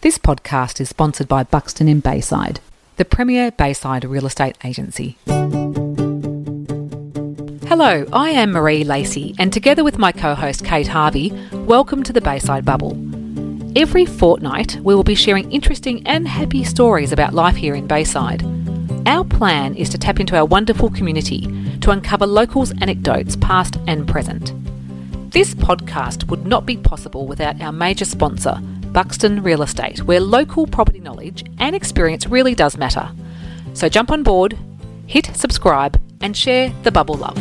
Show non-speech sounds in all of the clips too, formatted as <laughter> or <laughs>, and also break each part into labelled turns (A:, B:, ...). A: This podcast is sponsored by Buxton in Bayside, the premier Bayside real estate agency. Hello, I am Marie Lacey, and together with my co host Kate Harvey, welcome to the Bayside Bubble. Every fortnight, we will be sharing interesting and happy stories about life here in Bayside. Our plan is to tap into our wonderful community to uncover locals' anecdotes, past and present. This podcast would not be possible without our major sponsor, Buxton Real Estate, where local property knowledge and experience really does matter. So jump on board, hit subscribe, and share the bubble love.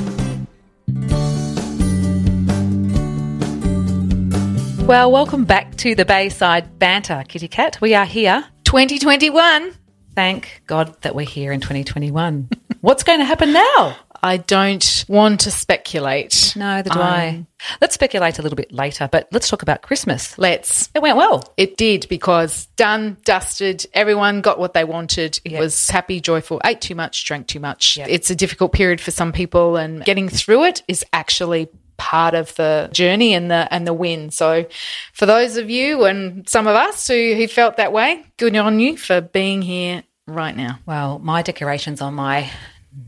A: Well, welcome back to the Bayside Banter, Kitty Cat. We are here.
B: 2021.
A: Thank God that we're here in 2021. <laughs> What's going to happen now?
B: I don't want to speculate.
A: Neither do I. Let's speculate a little bit later, but let's talk about Christmas.
B: Let's.
A: It went well.
B: It did because done, dusted, everyone got what they wanted. It was happy, joyful, ate too much, drank too much. It's a difficult period for some people and getting through it is actually part of the journey and the and the win. So for those of you and some of us who, who felt that way, good on you for being here right now.
A: Well, my decorations on my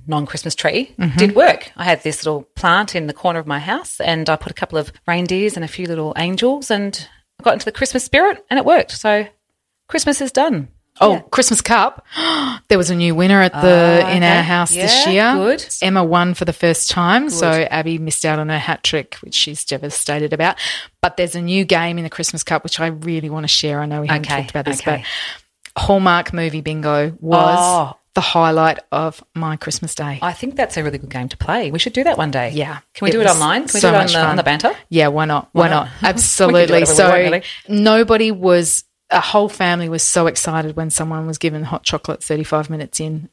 A: non Christmas tree did work. I had this little plant in the corner of my house and I put a couple of reindeers and a few little angels and I got into the Christmas spirit and it worked. So Christmas is done.
B: Oh, Christmas Cup. <gasps> there was a new winner at the in
A: Ah, okay.
B: our house this
A: Yeah,
B: year.
A: good.
B: Emma won for the first time, so Abby missed out on her hat trick, which she's devastated about. But there's a new game in the Christmas Cup which I really want to share. I know we haven't
A: Okay,
B: talked about this,
A: okay.
B: but Hallmark movie bingo was
A: Oh.
B: the highlight of my Christmas day.
A: I think that's a really good game to play. We should do that one day.
B: Yeah.
A: Can we
B: It
A: do it
B: was
A: online? Can we
B: so
A: do it on
B: much
A: the, on
B: fun.
A: the banter?
B: Yeah, why not? Why,
A: not? <laughs>
B: not?
A: We can do
B: Absolutely.
A: whatever we
B: so
A: want, really.
B: nobody was a whole family was so excited when someone was given hot chocolate 35 minutes in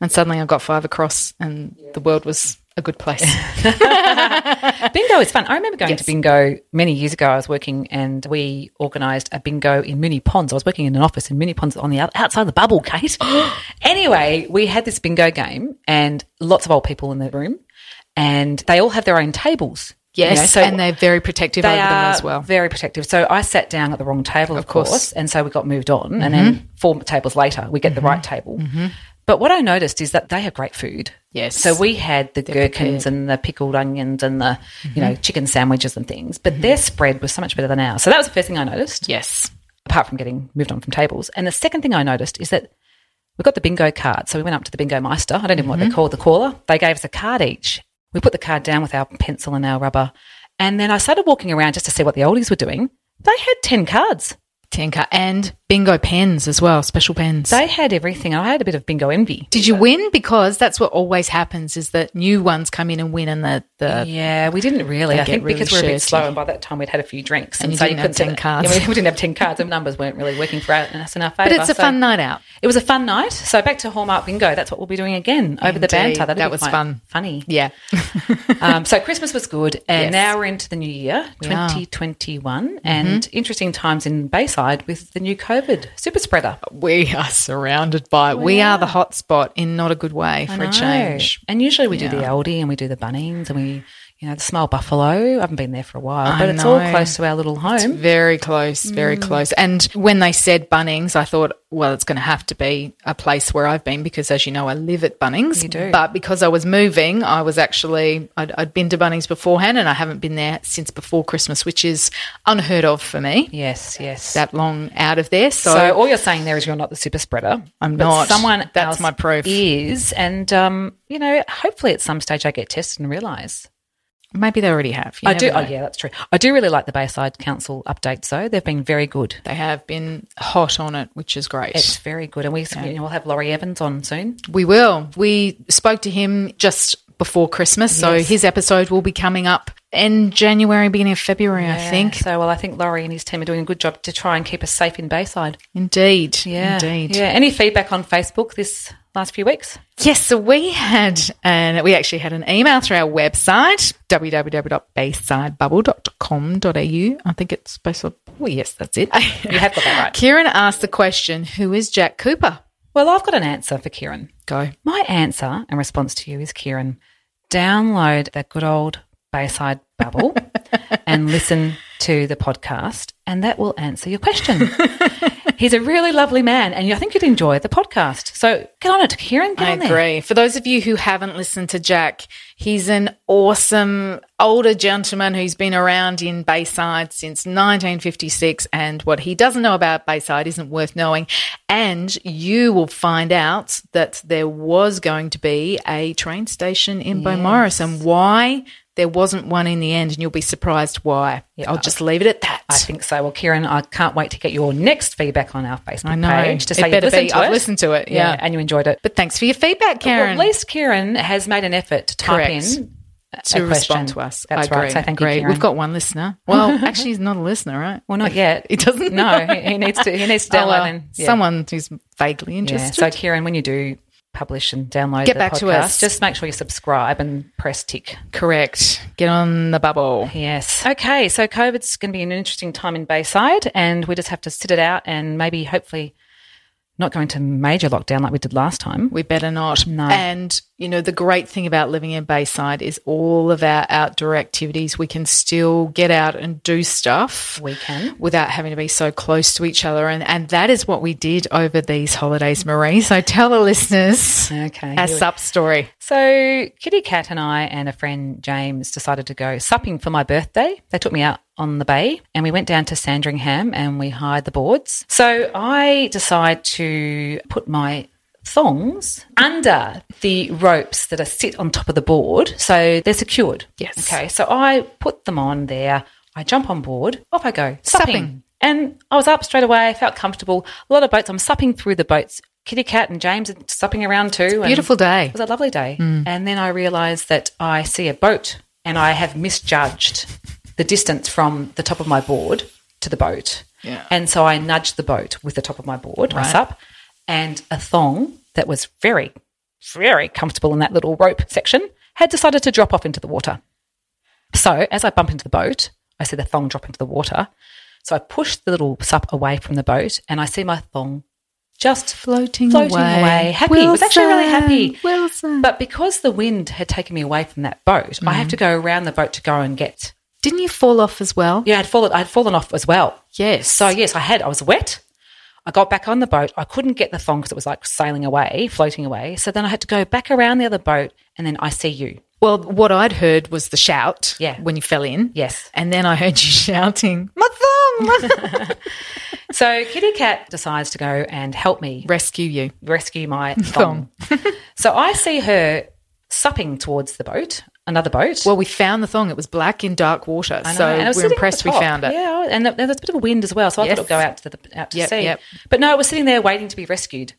B: and suddenly I got five across and the world was a
A: <laughs>
B: good place.
A: Bingo is fun. I remember going to bingo many years ago. I was working and we organised a bingo in Mooney Ponds. I was working in an office in Mooney Ponds on the out- outside the bubble,
B: <gasps>
A: Kate. anyway, we had this bingo game and lots of old people in the room, and they all have their own tables. you
B: yes,
A: know, so
B: and they're very protective over them as well.
A: very protective. So I sat down at the wrong table, of, course.
B: course. Mm-hmm.
A: and so we got moved on. And then four tables later, we get the right table. But what I noticed is that they have great food.
B: Yes.
A: So we had the gherkins and the pickled onions and the you
B: Mm-hmm.
A: know chicken sandwiches and things, but their spread was so much better than ours. So that was the first thing I noticed,
B: Yes.
A: apart from getting moved on from tables. And the second thing I noticed is that we got the bingo card. So we went up to the bingo meister. I don't even know what they call the caller. They gave us a card each. We put the card down with our pencil and our rubber. And then I started walking around just to see what the oldies were doing. They had 10 cards.
B: Tinker and bingo pens as well, special pens.
A: They had everything. And I had a bit of bingo envy.
B: Did you win? Because that's what always happens is that new ones come in and win and the, the
A: Yeah, we didn't really. I
B: get
A: think
B: really
A: because we were a bit
B: shirty.
A: slow, and by that time we'd had a few drinks,
B: And you didn't have
A: couldn't say
B: 10
A: that-
B: cards.
A: Yeah, we, we didn't have <laughs> ten cards. The numbers weren't really working for us in our favour.
B: But it's a
A: so-
B: fun night out.
A: It was a fun night. So back to Hallmark Bingo. That's what we'll be doing again over the
B: Indeed.
A: banter. That'll
B: That
A: be
B: was
A: quite
B: fun. <laughs>
A: funny.
B: Yeah.
A: um, so Christmas was good, and
B: Yes.
A: now we're into the new year,
B: are. Mm-hmm.
A: 2021, and interesting times in Bayside with the new COVID super spreader.
B: We <laughs> are surrounded by it. we are the hotspot in not a good way for a change.
A: And usually we do the oldie and we do the Bunnings and we, you know, the smell buffalo. I haven't been there for a while, but it's all
B: know.
A: close to our little home.
B: Very close,
A: Mm.
B: very close. And when they said Bunnings, I thought, well, it's going to have to be a place where I've been because, as you know, I live at Bunnings. You
A: do.
B: But because I was moving, I was actually, I'd, I'd been to Bunnings beforehand and I haven't been there since before Christmas, which is unheard of for me.
A: Yes, yes.
B: That long out of there. So,
A: so, all you're saying there is you're not the super spreader.
B: I'm
A: But
B: not.
A: Someone
B: That's
A: else
B: my proof.
A: is, and um, you know, hopefully at some stage I get tested and realise.
B: maybe they already have. You
A: I do.
B: never
A: Oh,
B: know.
A: yeah, that's true. I do really like the Bayside Council updates, though. They've been very good.
B: They have been hot on it, which is great.
A: It's very good, and we you know, we'll have Laurie Evans on soon.
B: We will. We spoke to him just before Christmas. So his episode will be coming up in January, beginning of February, I think.
A: Uh, so. Well, I think Laurie and his team are doing a good job to try and keep us safe in Bayside.
B: Indeed.
A: Yeah,
B: Indeed.
A: Yeah. Any feedback on Facebook this last few weeks?
B: Yes, so we had and we actually had an email through our website, www.baysidebubble.com.au. I think it's based on well, yes,
A: <laughs>
B: that's it.
A: You have got that right.
B: Kieran asked the question, Who is Jack Cooper?
A: Well, I've got an answer for Kieran.
B: Go.
A: My answer and response to you is Kieran, download that good old Bayside
B: <laughs>
A: bubble
B: <laughs>
A: and listen to the podcast, and that will answer your question. He's a really lovely man, and I think you'd enjoy the podcast. So get on it, Kieran. Get
B: I
A: on there.
B: agree. For those of you who haven't listened to Jack, he's an awesome older gentleman who's been around in Bayside since 1956. And what he doesn't know about Bayside isn't worth knowing. And you will find out that there was going to be a train station in Beaumaris and why there wasn't one in the end. And you'll be surprised why. I'll just leave it at that.
A: I think so. Well, Kieran, I can't wait to get your next feedback on our Facebook
B: know.
A: page to
B: It
A: say you've
B: better
A: listened
B: be.
A: to
B: I've
A: it.
B: listened to it, yeah.
A: and you enjoyed it.
B: but thanks for your feedback, Karen.
A: Well, at least Kieran has made an effort to type
B: Correct.
A: in a-
B: to
A: a question.
B: respond to us.
A: That's
B: I agree.
A: right. So thank
B: Great.
A: you, Kieran.
B: We've got one listener. Well, <laughs> actually, he's not a listener, right?
A: well, not yet.
B: He doesn't.
A: No, he, he needs to. He needs to
B: Oh,
A: download
B: well,
A: and yeah.
B: someone who's vaguely
A: Yeah.
B: interested.
A: So, Kieran, when you do publish and download,
B: Get
A: the
B: back to
A: podcast,
B: us.
A: Just make sure you subscribe and press tick.
B: Correct. Get on the bubble.
A: Yes. Okay. So COVID's going to be an interesting time in Bayside, and we just have to sit it out and maybe, hopefully, not go into major lockdown like we did last time.
B: We better not. And, you know, the great thing about living in Bayside is all of our outdoor activities, we can still get out and do stuff.
A: We can.
B: Without having to be so close to each other. And, and that is what we did over these holidays, Marie. So tell the listeners
A: Okay.
B: our sup story.
A: So, Kitty Cat and I and a friend James decided to go supping for my birthday. They took me out on the bay and we went down to Sandringham and we hired the boards. So, I decide to put my thongs under the ropes that are sit on top of the board so they're secured.
B: Yes.
A: Okay. So, I put them on there. I jump on board. Off I go. Supping.
B: Supping.
A: And I was up straight away. I felt comfortable. A lot of boats. I'm supping through the boats. Kitty Cat and James are supping around too. and-
B: Beautiful day. Mm.
A: it was a lovely day. And then I realised that I see a boat and I have misjudged the distance from the top of my board to the boat.
B: Yeah.
A: And so I nudged the boat with the top of my board, my sup, and a thong that was very, very comfortable in that little rope section had decided to drop off into the water. So as I bump into the boat, I see the thong drop into the water. So I push the little sup away from the boat and I see my thong just
B: floating,
A: floating away. Happy. I was actually really happy.
B: Wilson.
A: But because the wind had taken me away from that boat, I have
B: Mm.
A: to go around the boat to go and get.
B: Didn't you fall off as well?
A: Yeah, I'd fallen. I'd fallen off as well.
B: Yes.
A: So yes, I had. I was wet. I got back on the boat. I couldn't get the thong because it was like sailing away, floating away. So then I had to go back around the other boat, and then I see you.
B: Well, what I'd heard was the shout
A: Yeah.
B: when you fell in.
A: Yes.
B: And then I heard you <laughs> shouting, My thong! My thong!
A: <laughs>
B: <laughs>
A: So Kitty Cat decides to go and help me
B: Rescue you.
A: rescue
B: <laughs>
A: my thong. so I see her supping towards the boat, another boat.
B: Well, we found the thong. It was black in dark water.
A: I know,
B: So
A: and it was
B: we're
A: sitting at
B: impressed
A: the
B: we
A: top.
B: found it.
A: Yeah, and th- there was a bit of a wind as well, so I
B: Yes.
A: thought it would go out to the out to
B: Yep,
A: sea.
B: yep.
A: But no, it was sitting there waiting to be rescued.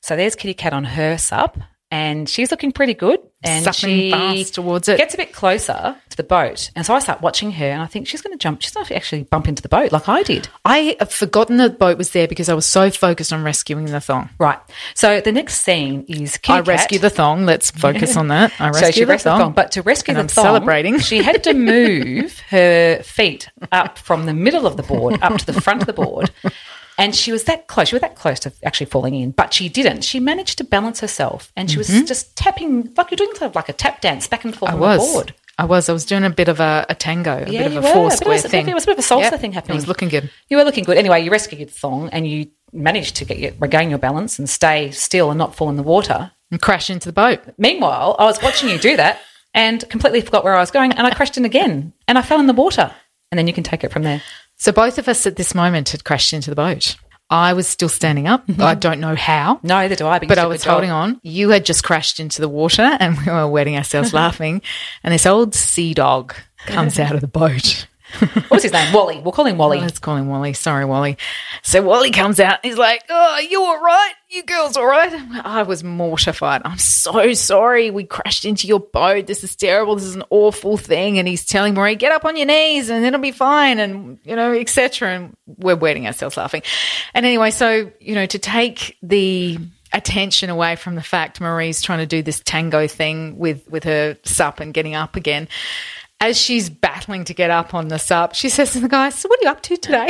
A: So there's Kitty Cat on her sup, and she's looking pretty good. And
B: Supping
A: she
B: fast towards it.
A: gets a bit closer to the boat, and so I start watching her, and I think she's going to jump. She's going to actually bump into the boat like I did.
B: I have forgotten the boat was there because I was so focused on rescuing the thong.
A: Right. So the next scene is Kitty
B: I
A: Cat.
B: rescue the thong.
A: <laughs>
B: Let's focus on that. I rescue
A: so she
B: the,
A: rescued
B: thong.
A: the thong, but to rescue
B: And
A: the
B: I'm
A: thong,
B: celebrating.
A: she had to
B: <laughs>
A: move her feet up from the middle of the board up to the front of the board, and she was that close. She was that close to actually falling in, but she didn't. She managed to balance herself, and she was just tapping like you're doing sort of like a tap dance back and forth
B: Mm-hmm. I
A: on
B: was.
A: the board.
B: I was. I was doing a bit of a, a tango, a
A: Yeah,
B: bit
A: you
B: of
A: were.
B: a four
A: But it
B: square
A: was a bit-
B: thing.
A: It was a bit of a salsa
B: Yep.
A: thing happening.
B: It was looking good.
A: You were looking good. Anyway, you rescued the thong, and you managed to get your, regain your balance and stay still and not fall in the water.
B: And crash into the boat.
A: Meanwhile, I was watching you do that and completely forgot where I was going and I crashed in again and I fell in the water. And then you can take it from there.
B: So both of us at this moment had crashed into the boat. I was still standing up. I don't know how,
A: No, either do I.
B: but I was holding on. You had just crashed into the water and <laughs> we were wetting ourselves laughing. And this old sea dog comes out of the boat.
A: What was his name? Wally. We'll call him Wally.
B: Let's call him Wally. Sorry, Wally. So Wally comes out and he's like, Oh, you all right? You girls all right? I was mortified. I'm so sorry. We crashed into your boat. This is terrible. This is an awful thing. And he's telling Marie, Get up on your knees and it'll be fine. And, you know, etc. And we're wetting ourselves laughing. And anyway, so, you know, to take the attention away from the fact Marie's trying to do this tango thing with with her sup and getting up again. As she's battling to get up on the sup, she says to the guy, So, what are you up to today?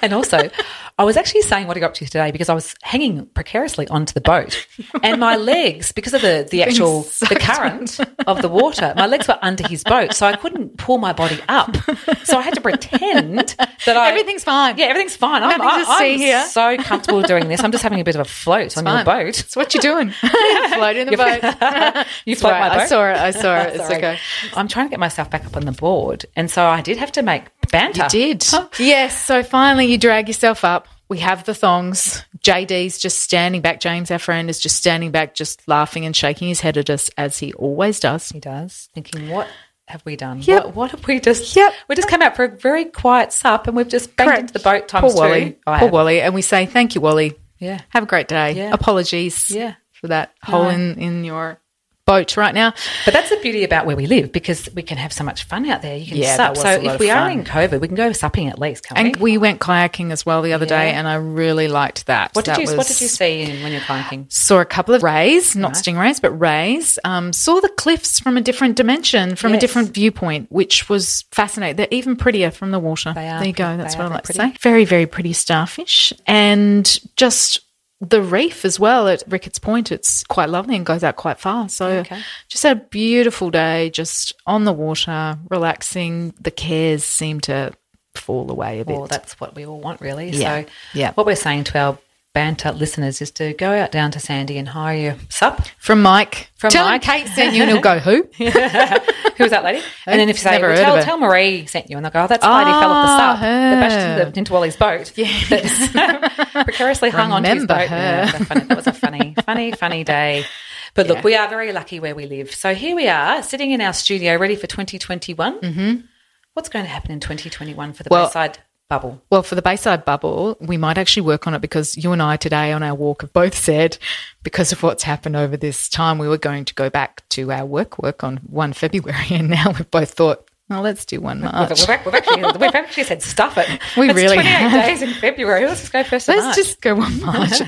A: and also, I was actually saying what I got up to today because I was hanging precariously onto the
B: <laughs>
A: boat, and my legs, because of the the actual the current of the water, my legs were under his boat, so I couldn't pull my body up. So I had to pretend <laughs> that I
B: Everything's fine.
A: Yeah, everything's fine. I'm,
B: Nothing to
A: I,
B: see
A: am
B: here.
A: so comfortable doing this. I'm just having a bit of a float on your
B: fine.
A: boat.
B: So what
A: <laughs>
B: you doing? Floating the boat.
A: you
B: It's
A: float
B: right.
A: my boat.
B: I saw it. I saw it. it's
A: Sorry.
B: okay.
A: I'm trying to get myself back up on the board, and so I did have to make banter.
B: You did. yes. So finally, you drag yourself up. We have the thongs. JD's just standing back. James, our friend, is just standing back, just laughing and shaking his head at us as he always does.
A: He does. Thinking, what have we done?
B: Yep.
A: What, what have we just?
B: <laughs> Yep.
A: We just came out for a very quiet sup, and we've just banged into the boat times
B: Poor Wally.
A: two. I
B: Poor
A: have.
B: Wally. And we say, thank you, Wally.
A: Yeah.
B: Have a great day.
A: Yeah.
B: Apologies
A: Yeah.
B: for that hole in, in your boat right now.
A: But that's the beauty about where we live because we can have so much fun out there. You can
B: Yeah,
A: sup.
B: that was
A: So
B: a lot
A: if
B: of
A: we are
B: fun.
A: in COVID, we can go supping at least, can't
B: And
A: we?
B: we went kayaking as well the other day,
A: Yeah.
B: and I really liked that.
A: What did
B: That
A: you What did you
B: was-
A: see in, when you're kayaking?
B: saw a couple of rays, not stingrays, but rays. Um, saw the cliffs from a different dimension, from
A: Yes.
B: a different viewpoint, which was fascinating. They're even prettier from the water.
A: They are
B: There you go.
A: pretty-
B: That's
A: they
B: what I
A: are
B: like
A: pretty.
B: to say. Very, very pretty starfish, and just the reef as well at Ricketts Point. It's quite lovely and goes out quite far. So
A: Okay.
B: just had a beautiful day, just on the water, relaxing. The cares seem to fall away a bit.
A: Well, that's what we all want, really.
B: Yeah.
A: So
B: Yeah.
A: what we're saying to our banter listeners is to go out down to Sandy and hire your sup.
B: From Mike.
A: From
B: Tell him
A: Mike.
B: Kate sent you and he'll
A: <laughs>
B: go, who?
A: Who was that
B: <laughs>
A: lady? And then if you say,
B: Never
A: well,
B: heard of
A: tell,
B: her.
A: tell Marie sent you, and they'll go, oh, that's the lady who fell off the
B: Ah,
A: sub that bashed
B: her.
A: into, the- into Wally's
B: <laughs>
A: boat. That <laughs> precariously hung on to his
B: Remember
A: boat.
B: her.
A: Yeah, that, was a funny, that was a funny, funny, funny day. But look, we are very lucky where we live. So here we are, sitting in our studio, ready for 2021. Mm-hmm. What's going to happen in 2021 for the
B: Well-
A: Bayside bubble?
B: Well, for the Bayside bubble, we might actually work on it because you and I today on our walk have both said, because of what's happened over this time, we were going to go back to our work work on 1 February. <laughs> And now we've both thought, well, let's do 1 March.
A: We've, ac- we've
B: <laughs>
A: actually, we've actually said stuff it.
B: We
A: It's
B: really
A: 28
B: have.
A: days in February. Let's just go first of
B: let's
A: March.
B: just
A: <laughs>
B: go 1 March.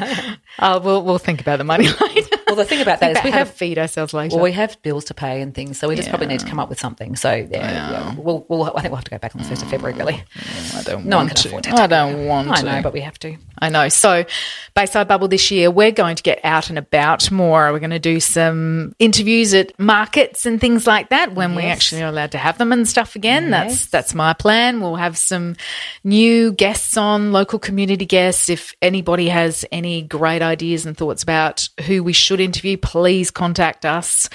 B: uh, we'll, we'll think about the money <laughs> later.
A: well, the thing about that is
B: we
A: we have
B: have to feed ourselves later.
A: Well, we have bills to pay and things, so we just probably need to come up with something. So yeah, yeah. We'll, we'll, I think we'll have to go back on the first of February. Really,
B: Mm. I don't
A: no one
B: want
A: can
B: to.
A: afford it.
B: I don't want
A: I
B: to.
A: know, but we have to.
B: I know. So, Bayside Bubble this year, we're going to get out and about more. We're going to do some interviews at markets and things like that when we
A: Yes.
B: actually are allowed to have them and stuff again. That's that's my plan. We'll have some new guests on, local community guests. If anybody has any great ideas and thoughts about who we should interview, please contact us.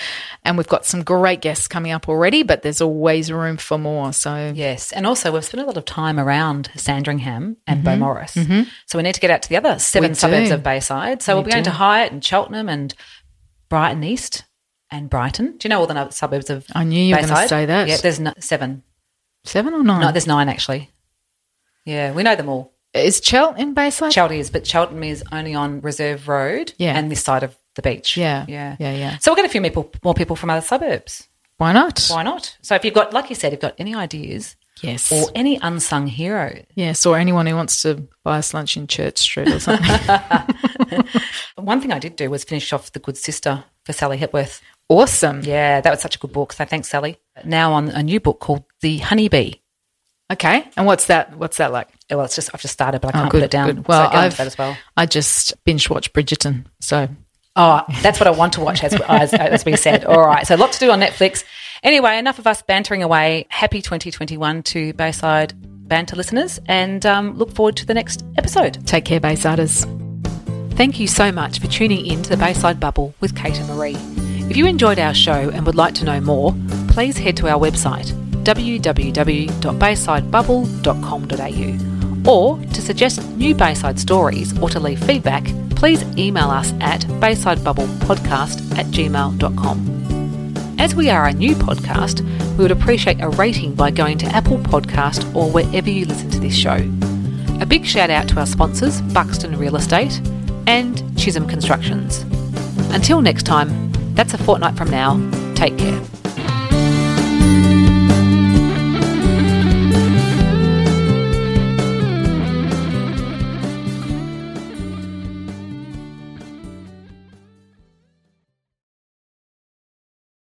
B: And we've got some great guests coming up already, but there's always room for more. So,
A: Yes, and also we've spent a lot of time around Sandringham and Beaumaris, so we need to get out to the other seven
B: Mm-hmm. We
A: suburbs
B: do.
A: of Bayside. So we are going to Hyatt and Cheltenham and Brighton East and Brighton. Do you know all the no- suburbs of?
B: I knew you were gonna
A: Bayside?
B: say that.
A: Yeah, there's no- seven.
B: seven or nine?
A: No, there's nine actually. Yeah, we know them all.
B: Is Chelt in Bayside?
A: Cheltenham is, but Cheltenham is only on Reserve Road
B: Yeah.
A: and this side of the beach.
B: Yeah.
A: Yeah.
B: Yeah, yeah.
A: So we'll get a few people, more people from other suburbs.
B: Why not?
A: Why not? So if you've got, like you said, you've got any ideas
B: Yes.
A: or any unsung hero,
B: Yes, or anyone who wants to buy us lunch in Church Street or something.
A: <laughs> one thing I did do was finish off The Good Sister for Sally Hepworth.
B: awesome.
A: Yeah, that was such a good book. So thanks, Sally. Now on a new book called The Honeybee.
B: Okay. And what's that? What's that like?
A: Well, it's just I've just started, but I can't put it down.
B: Oh, Well,
A: so go
B: I've
A: into that as well.
B: I just binge watched Bridgerton. So
A: Oh, that's what I want to watch, as, as, as we said. All right, so a lot to do on Netflix. Anyway, enough of us bantering away. Happy 2021 to Bayside Banter listeners, and um, look forward to the next episode.
B: take care, Baysiders.
A: Thank you so much for tuning in to the Bayside Bubble with Kate and Marie. If you enjoyed our show and would like to know more, please head to our website www.baysidebubble.com.au or to suggest new Bayside stories or to leave feedback, please email us at baysidebubblepodcast at gmail.com. As we are a new podcast, we would appreciate a rating by going to Apple Podcast or wherever you listen to this show. A big shout out to our sponsors, Buxton Real Estate and Chisholm Constructions. Until next time, that's a fortnight from now. Take care.